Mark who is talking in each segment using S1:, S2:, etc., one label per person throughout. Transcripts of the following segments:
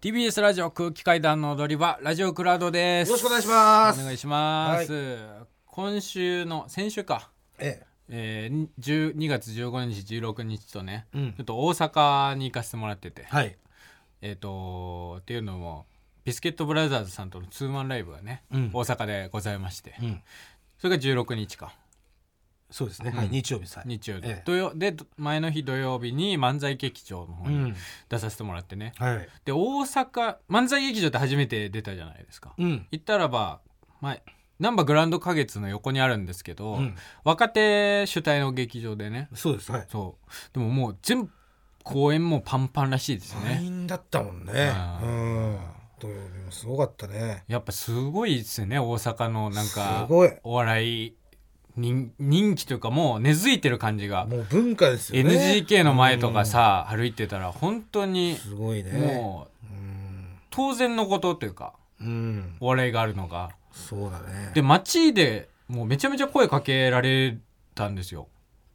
S1: TBS ラジオ空気階段の踊り場ラジオクラウドです
S2: よろしくお願いします
S1: お願いします、今週の先週か
S2: え
S1: えー、10 2月15日16日とね、
S2: うん
S1: ちょっと大阪に行かせてもらってて、
S2: えはい
S1: えっ、とっていうのもビスケットブラザーズさんとのツーマンライブがね、
S2: うん
S1: 大阪でございまして、
S2: うん
S1: それが16日か
S2: そうですね、はい日曜日さえ
S1: 日曜日、
S2: ええ
S1: 土曜でど前の日土曜日に漫才劇場の方
S2: う
S1: に
S2: ん
S1: 出させてもらってね、
S2: はい
S1: で大阪漫才劇場って初めて出たじゃないですか、
S2: うん
S1: 行ったらば前難波グランド花月の横にあるんですけど、
S2: うん
S1: 若手主体の劇場でね
S2: そうですはい
S1: そうでももう全部公演もパンパンらしいです
S2: 満
S1: ね
S2: 員だったもんね
S1: あー
S2: うん土曜日もすごかったね
S1: やっぱすごいですよね大阪のなんか
S2: すごい
S1: お笑い人人気というかもう根付いてる感じが、
S2: もう文化ですよね
S1: NGK の前とかさ、歩いてたら本当に
S2: すごいね
S1: もう
S2: うん
S1: 当然のことというか
S2: うん
S1: お笑いがあるのが
S2: そうだね
S1: で街でもうめちゃめちゃ声かけられたんですよ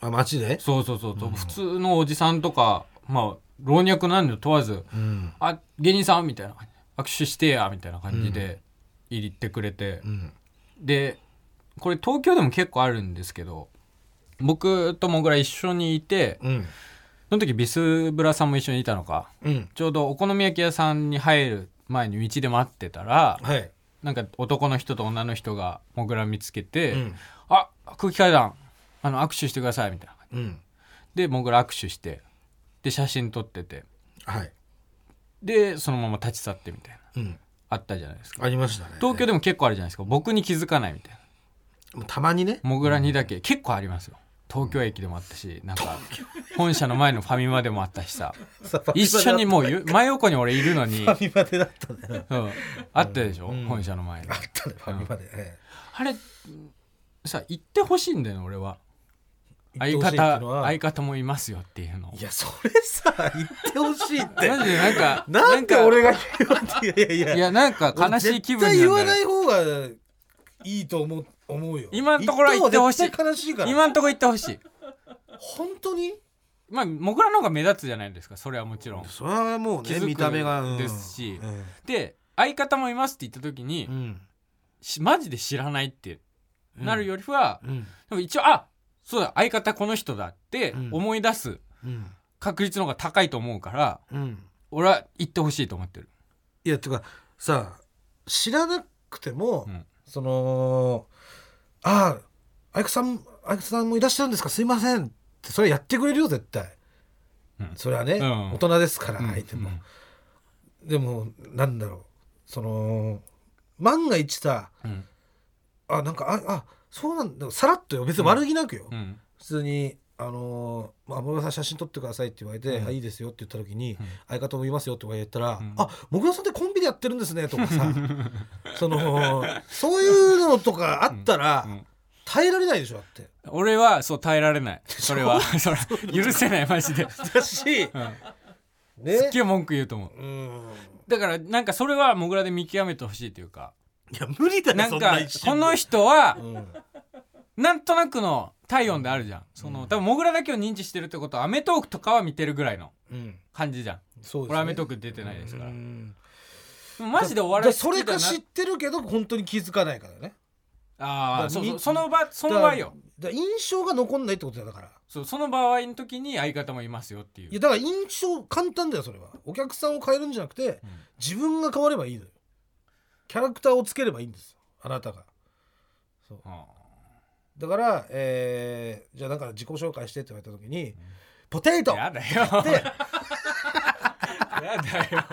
S2: あ街で
S1: そうそうそうそう、普通のおじさんとかまあ老若男女問わず
S2: うん
S1: 「あ芸人さん」みたいな「握手してや」みたいな感じで入ってくれて
S2: う、ん
S1: でこれ東京でも結構あるんですけど僕ともぐら一緒にいて
S2: うん
S1: その時ビスブラさんも一緒にいたのか
S2: うん
S1: ちょうどお好み焼き屋さんに入る前に道で待ってたら
S2: はい
S1: なんか男の人と女の人がもぐら見つけて「
S2: うん
S1: あ空気階段あの握手してください」みたいな
S2: うん
S1: でもぐら握手してで写真撮ってて
S2: はい
S1: でそのまま立ち去ってみたいな
S2: うん
S1: あったじゃないですか
S2: ありましたね
S1: 東京でも結構あるじゃないですか僕に気づかないみたい
S2: もうたまにね
S1: なもぐらにだけ結構ありますよ東京駅でもあったしなんか本社の前のファミマでもあ ったしさ一緒にもうゆ真横に俺いるのに
S2: ファミマでだったね
S1: うんあったでしょ、本社の前に
S2: あったねファミマでえ
S1: あれさ行ってほしいんだよね俺は
S2: え
S1: 相
S2: 行ってほしいっていうの
S1: 方
S2: は
S1: 相方もいますよっていうの
S2: いやそれさ言ってほしいっ
S1: マ
S2: て
S1: ジで なんか
S2: なんで俺が言わないやいやいや
S1: いやなんか悲しい気分
S2: 絶対
S1: に
S2: 言
S1: な
S2: わ
S1: んだ
S2: な
S1: よ
S2: い方がいいと思う思うよ
S1: 今のところは言ってほしい
S2: 言った方が絶対悲しいから
S1: 今んとこ行ってほしい
S2: 本当に
S1: まあもぐらの方が目立つじゃないですかそれはもちろん
S2: それはもう
S1: 気づ
S2: ね
S1: く
S2: 見た目がうん
S1: ですし
S2: うん
S1: で相方もいますって言った時に、
S2: うん
S1: しマジで知らないってなるよりは、
S2: うん
S1: でも一応あそうだ相方この人だって
S2: うん
S1: 思い出す
S2: うん
S1: 確率の方が高いと思うから
S2: うん
S1: 俺は行ってほしいと思ってる
S2: いやてかさ知らなくても
S1: うん
S2: そのああ相方さん相方さんもいらっしゃるんですかすいませんってそれやってくれるよ絶対
S1: うん
S2: それはね
S1: うん
S2: 大人ですから
S1: うん
S2: 相手も
S1: うん
S2: でもなんだろうその万が一さ
S1: うん
S2: あなんかああそうなんださらっとよ別に悪気なくよ、
S1: うん
S2: 普通に「あのーまあ、もぐらさん写真撮ってください」って言われて「
S1: うん
S2: あいいですよ」って言った時に「
S1: うん
S2: 相方もいますよ」って言ったら「
S1: うん
S2: あもぐらさんってコンビでやってるんですね」とかさ そのそういうのとかあったら
S1: うん
S2: 耐えられないでしょだって。
S1: 俺はそう耐えられ ないそれはそれ許せないマジで、
S2: だ し、
S1: うん、
S2: ね
S1: すっげえ文句言うと思う
S2: うん
S1: だからなんかそれはもぐらで見極めてほしいというか
S2: いや無理だよ
S1: なん
S2: そ
S1: か
S2: 一瞬
S1: こ
S2: で
S1: の人は
S2: うん
S1: なんとなくの体温であるじゃんその多分モグラだけを認知してるってことはアメトークとかは見てるぐらいの
S2: うん
S1: 感じじゃん
S2: そうですね
S1: 俺アメトーク出てないですから
S2: うん
S1: でもマジでお笑い
S2: だそ
S1: 好
S2: れ
S1: きだ
S2: か
S1: な
S2: 知ってるけど本当に気づかないからね
S1: ああそうそう
S2: み
S1: その場その場合よ
S2: だから印象が残んないってことだよだから
S1: そうその場合の時に相方もいますよってい
S2: いや
S1: う
S2: だから印象簡単だよそれはお客さんを変えるんじゃなくて、
S1: うん
S2: 自分が変わればいいのよキャラクターをつければいいんですよあなたがそう
S1: あ
S2: だから、えーじゃあなんか自己紹介してって言われた時に「ポテイト!」
S1: あやだよ
S2: で
S1: やだよ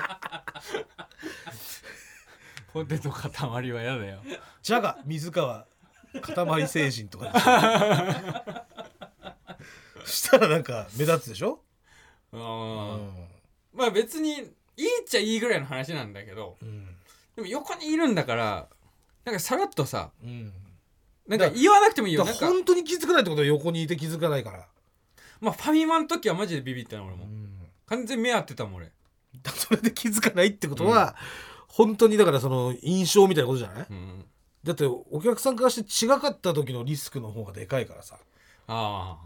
S1: ポテト塊はやだよ
S2: 「ジャガ水川塊成人」とかでしょそしたらなんか目立つでしょ、
S1: う
S2: うんん
S1: まあ別にいいっちゃいいぐらいの話なんだけど
S2: うん
S1: でも横にいるんだからなんかさらっとさ
S2: うん、
S1: なんか言わなくてもいい
S2: だ
S1: よ
S2: か
S1: な
S2: ら
S1: んか、
S2: 本当に気づかないってことは横にいて気づかないから、
S1: まあ、ファミマの時はマジでビビったな俺
S2: う
S1: も
S2: ん
S1: 完全に目合ってたもん俺、
S2: だ それで気づかないってことは、本当にだからその印象みたいなことじゃない、
S1: うん、
S2: だってお客さんからして違かった時のリスクの方がでかいからさ
S1: あ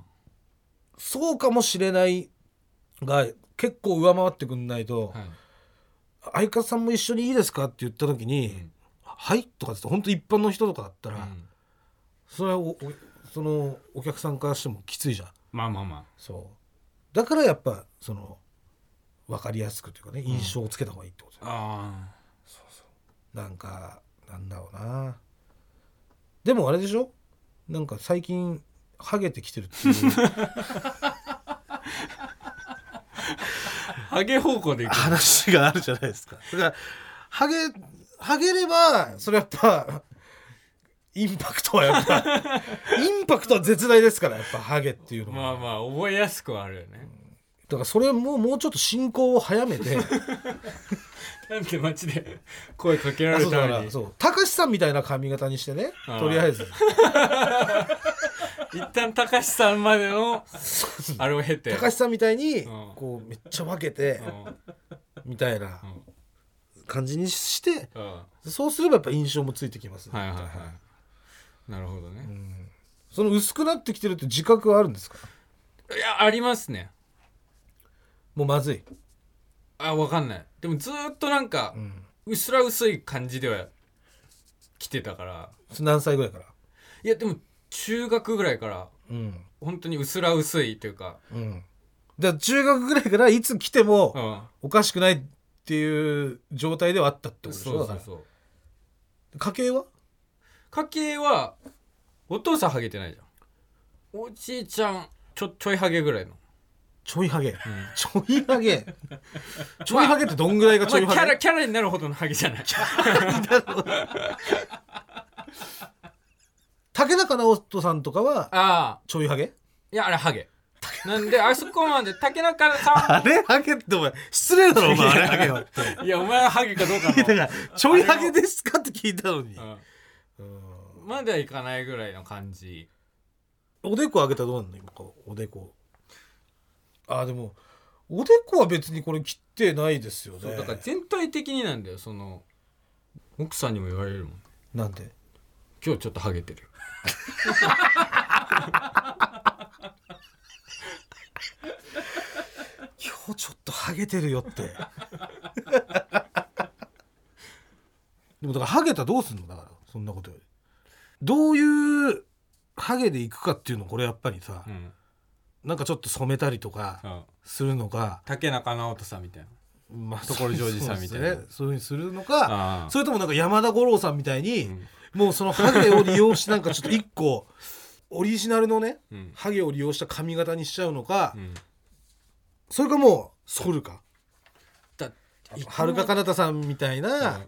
S2: そうかもしれないが結構上回ってくんないと、
S1: あはい
S2: 相方さんも一緒にいいですかって言った時に「
S1: ん
S2: はい?」とかって本当一般の人とかだったら、
S1: うん
S2: それはおおそのお客さんからしてもきついじゃん
S1: まあまあまあ
S2: そうだからやっぱその分かりやすくというかね印象をつけた方がいいってことだよ、
S1: あ
S2: なんかなんだろうなでもあれでしょなんか最近ハゲてきてるっていう
S1: あハゲ方向でいく
S2: 話があるじゃないですかだからハゲハゲればそれやっぱインパクトはやっぱインパクトは絶大ですからやっぱハゲっていうのは
S1: まあまあ覚えやすくはあるよね
S2: だからそれももうちょっと進行を早め て
S1: なんで街で声かけら
S2: あ
S1: れ
S2: そ
S1: る
S2: う
S1: た
S2: だか
S1: め
S2: ら
S1: に
S2: そうたかしさんみたいな髪型にしてね
S1: あー
S2: とりあえず
S1: 一旦たかしさんまでのあれを経て
S2: 高橋さんみたいに
S1: うん
S2: こうめっちゃ分けて
S1: うん
S2: みたいな感じにして
S1: うんは
S2: そうすればやっぱ印象もついてきます
S1: いはいは
S2: みたいない
S1: なるほどね
S2: うんその薄くなってきてるって自覚はあるんですか
S1: いやありますね
S2: もうまずい、
S1: あわかんないでもずーっとなんか
S2: うん、
S1: うすら薄い感じでは来てたから
S2: 何歳ぐらいから
S1: いやでも中学ぐらいから
S2: うん
S1: 本当にうすら薄いというか
S2: うんじゃあ中学ぐらいからいつ来ても
S1: うん
S2: おかしくないっていう状態ではあったってことでしょ
S1: そうそう
S2: だか
S1: そう
S2: ら家計は
S1: 家計はお父さんハゲてないじゃんおじいちゃんちょちょいハゲぐらいの
S2: ちょいハゲ、ちょいハゲちょいハゲってどんぐらい が
S1: まあ
S2: ちょいハゲ、
S1: キャラキャラになるほどのハゲじゃない
S2: 竹中直人さんとかは
S1: ああ
S2: ちょいハゲ
S1: いやあれハゲなんであそこまで竹中さ
S2: あれハゲってお前失礼だろお前あれハゲはって
S1: んいやお前はハゲかどうか
S2: だか
S1: の
S2: らちょいハゲですかって聞いたのに、
S1: うん、まではいかないぐらいの感じ
S2: おでこ上げたらどうなんの今こうおでこあでもおでこは別にこれ切ってないですよ
S1: そう
S2: ね
S1: だから全体的になんだよその奥さんにも言われるもん
S2: なんで
S1: 今日ちょっとハゲてるよ
S2: 今日ちょっとハゲてるよって でもだからハゲたらどうすんのだからそんなことよりどういうハゲでいくかっていうのこれやっぱりさ、
S1: うん、
S2: なんかちょっと染めたりとか
S1: うん、
S2: するのか、
S1: 竹中直人さんみたいな
S2: まあ
S1: 所ジョージさんみたいな
S2: そうですねそういうふうにするのか
S1: あ
S2: それともなんか山田五郎さんみたいに、
S1: ん
S2: もうそのハゲを利用してなんかちょっと一個オリジナルのね
S1: うん
S2: ハゲを利用した髪型にしちゃうのか、
S1: うん
S2: それかもう剃るか
S1: だって
S2: はるか彼方さんみたいな、
S1: うん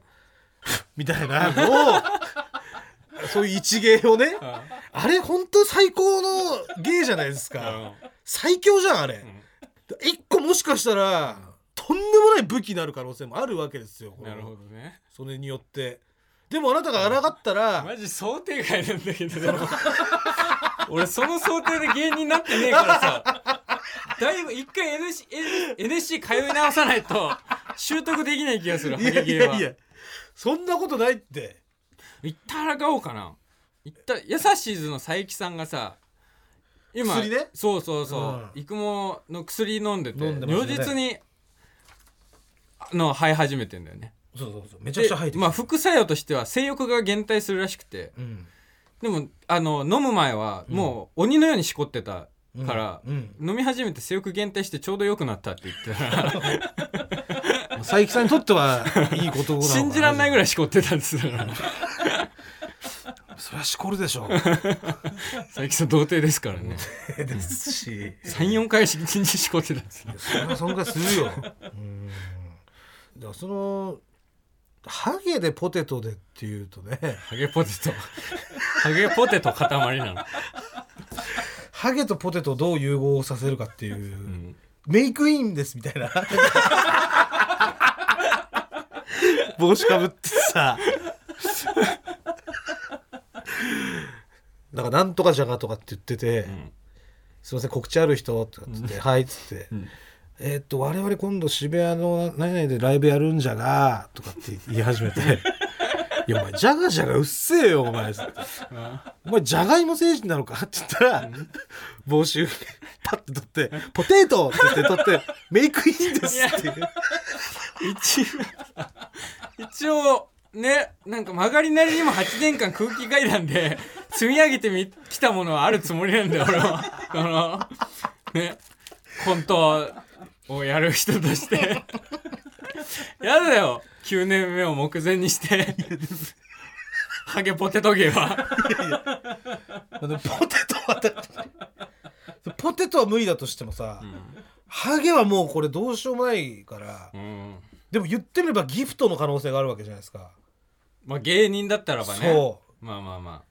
S2: みたいなのを そういう一芸をねあれ本当最高の芸じゃないですか最強じゃんあれ一個もしかしたらとんでもない武器になる可能性もあるわけですよ
S1: なるほどね
S2: それによってでもあなたが抗ったら
S1: マジ想定外なんだけどで も俺その想定で芸人になってねえからさだいぶ一回 NC, NSC 通い直さないと習得できない気がする
S2: い
S1: ハ
S2: や
S1: ゲ
S2: い
S1: 芸
S2: や
S1: はい
S2: やそんなことないって
S1: 一旦抗おうかな一旦優しいずの佐伯さんがさ今
S2: 薬ね
S1: そうそうそう
S2: うん
S1: 育毛の薬飲んでて
S2: 飲んでます
S1: 如
S2: ね
S1: 実にあの生え始めてんだよね
S2: そうそうそうめ
S1: でまあ、副作用としては性欲が減退するらしくて
S2: うん
S1: でもあの飲む前はもう鬼のようにしこってたから、
S2: うん
S1: 飲み始めて性欲減退してち ょうど良くなったって言ってたら
S2: 佐伯さんにとって はいいことなのか
S1: 信じらんないぐらいしこってたんですだから佐
S2: そりゃしこるでしょ
S1: 伯さん童貞ですからね
S2: ですし
S1: 34回一日しこってたんですよ
S2: それはそんぐらいするよ。うん。だからそのハゲでポテトでっていうとね、
S1: ハゲポテ トハゲポテト塊なの、
S2: ハゲとポテトをどう融合させるかっていう、
S1: うん
S2: メイクインですみたいな。帽子かぶってさ。なんかなんとかじゃがとかって言ってて、
S1: ん
S2: すいません告知ある人とかっつって「はい」っつって「
S1: ん
S2: えーっと我々今度渋谷の何々でライブやるんじゃが」とかって言い始 めて「いやお前じゃがじゃがうっせえよお前」っつってお前じゃがいも星人なのか?」って言ったら、帽子パッて取って「ポテト!」って言って取って「メイクインです」っていう
S1: 一番一応ねなんか曲がりなりにも8年間空気階段で 積み上げてみきたものはあるつもりなんだよ俺はそのねコントをやる人としてやだよ9年目を目前にしてハゲポテトゲは
S2: だってポテトはだってポテトは無理だとしてもさ、ハゲはもうこれどうしようもないから、
S1: うん
S2: でも言ってみればギフトの可能性があるわけじゃないですか、
S1: まあ芸人だったらばね
S2: そ
S1: まあまあま
S2: う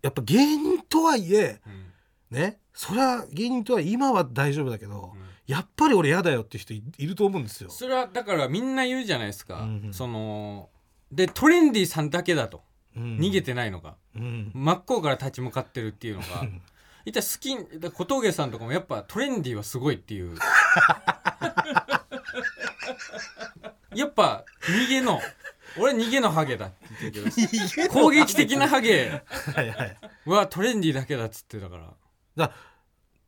S2: やっぱ芸人とはいえ
S1: あ、うん
S2: ねそりゃ芸人とは今は大丈夫だけど、
S1: うん
S2: やっぱり俺嫌だよって人いいると思うんですよ
S1: それはだからみんな言うじゃないですか、
S2: うんうん
S1: そのでトレンディさんだけだと逃
S2: 逃
S1: げ、てないのが、
S2: うん
S1: 真っ向から立ち向かってるっていうの が
S2: ん
S1: 一体好きだから小峠さんとかもやっぱトレンディはすごいっていう やっぱ逃げの俺は逃げのハゲだって言ってるけ
S2: 逃げ
S1: ど攻撃的なハゲ
S2: はいはい
S1: はトレンディだけだっつってたから
S2: だ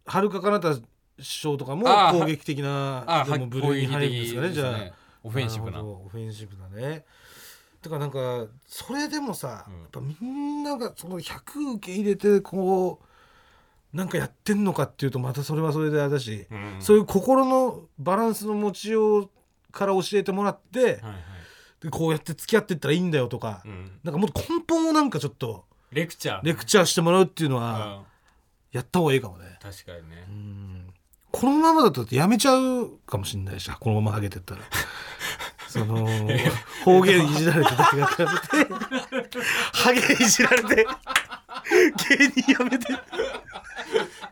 S2: はるか彼方師匠とかも
S1: あー
S2: 攻撃的な
S1: あ
S2: で
S1: は
S2: も
S1: 攻
S2: 部類に
S1: 撃
S2: 入るんで
S1: 的
S2: す
S1: で
S2: か
S1: す
S2: ねじゃあ
S1: ねオフェンシブな
S2: るほどオフェンシブだねだからなんかそれでもさ、
S1: うん
S2: やっぱみんながその100受け入れてこうなんかやってんのかっていうとまたそれはそれであれだし、
S1: うん
S2: そういう心のバランスの持ちようから教えてもらって、
S1: はいはい
S2: でこうやって付き合ってったらいいんだよとか、
S1: うん
S2: なんかもっと根本をなんかちょっと
S1: レクチャー
S2: レクチャーしてもらうっていうの
S1: う
S2: は
S1: ん
S2: やった方がいいかもね。
S1: 確かにね
S2: うんこのままだとだってやめちゃうかもしれないしこのままハゲてったらその方言いじられて大学やめてハゲいじられて芸人やめて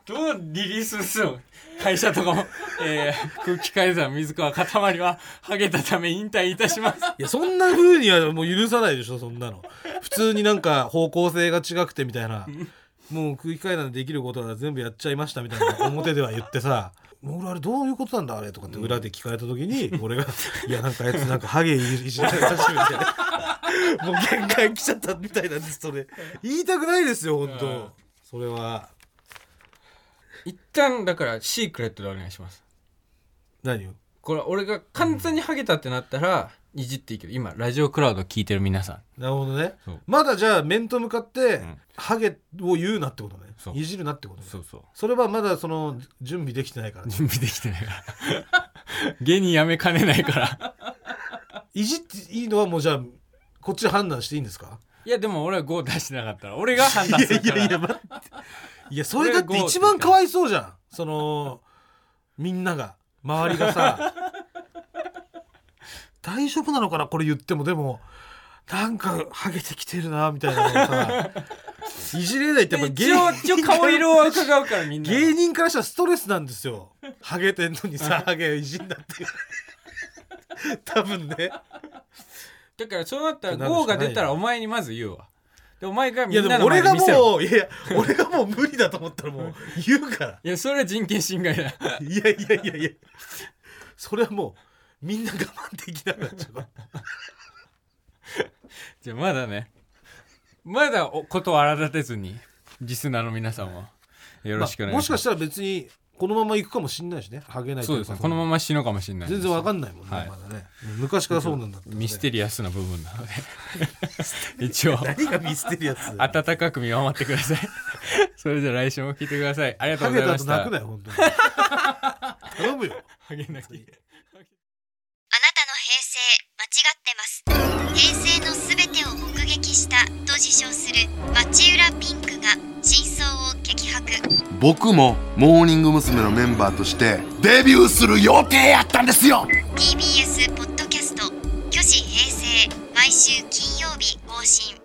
S1: どうリリースするの会社とかも、 えー、空気階段水川かたまりはハゲたため引退いたします
S2: いやそんな風にはもう許さないでしょそんなの普通になんか方向性が違くてみたいなもう空気階段でできることは全部やっちゃいましたみたいな表では言ってさ「もう俺あれどういうことなんだあれ」とかって裏で聞かれた時に俺が「いやなんかあいつなんかハゲいじられたらしい」みたいなもう限界来ちゃったみたいなんですそれ言いたくないですよ本
S1: うん
S2: 当それは
S1: 一旦だからシークレットでお願いします
S2: 何を
S1: これ俺が完全にハゲたってなったらいじっていいけど今ラジオクラウド聞いてる皆さん
S2: なるほどね
S1: そう
S2: まだじゃあ面と向かって
S1: ん
S2: ハゲを言うなってことね
S1: そう
S2: いじるなってことね
S1: そうそう
S2: それはまだその準備できてないから、
S1: 準備できてないから 芸人やめかねないから
S2: いじっていいのはもうじゃあこっちで判断していいんですか
S1: いやでも俺は5出してなかったら俺が判断するから
S2: 待っていやそれだって一番かわいそうじゃんそのみんなが周り がさ大丈夫なのかなこれ言ってもでもなんかハゲてきてるなみたいなのをさいじれないってやっぱ
S1: 一応一応顔色は伺うからみんな
S2: 芸人からしたらストレスなんですよハゲてんのにさハゲいじんだっていう多分ね
S1: だからそうなったら
S2: なるし
S1: 5
S2: かない
S1: が出たらお前にまず言うわでお前が
S2: い
S1: み
S2: や
S1: んな
S2: で
S1: の
S2: も俺
S1: 前で見
S2: が
S1: せろ
S2: もういやいや俺がもう無理だと思ったらもう言うから
S1: いやそれは人権侵害だ
S2: いやいやいやいやそれはもうみんな我慢できなくなっちゃう
S1: じゃあまだねまだおことを荒立てずにリスナーの皆さんはよろしくお願いします、
S2: まあもしかしたら別にこのまま行くかもしんないしねハゲないと
S1: そう
S2: い
S1: で
S2: う
S1: す
S2: か
S1: ねこのまま死ぬかもしれない
S2: 全然わ
S1: ん
S2: かんないもんね、
S1: はい
S2: まだね昔からそうなんだったらね
S1: ミステリアスな部分なので 一応
S2: 何がミステリ アスだよ
S1: 温かく見守ってくださいそれじゃあ来週も聞いてくださいありがとう
S2: ハ
S1: ご
S2: ゲ
S1: ざいま
S2: たと
S1: し
S2: 泣く
S1: た
S2: なよ本当に頼むよ
S1: ハゲなき
S3: あなたの平成間違ってます平成のすべてを目撃したと自称する町浦ピンクが真相を激白
S4: 僕もモーニング娘。のメンバーとしてデビューする予定やったんですよ
S3: TBS ポッドキャスト「虚子平成」毎週金曜日更新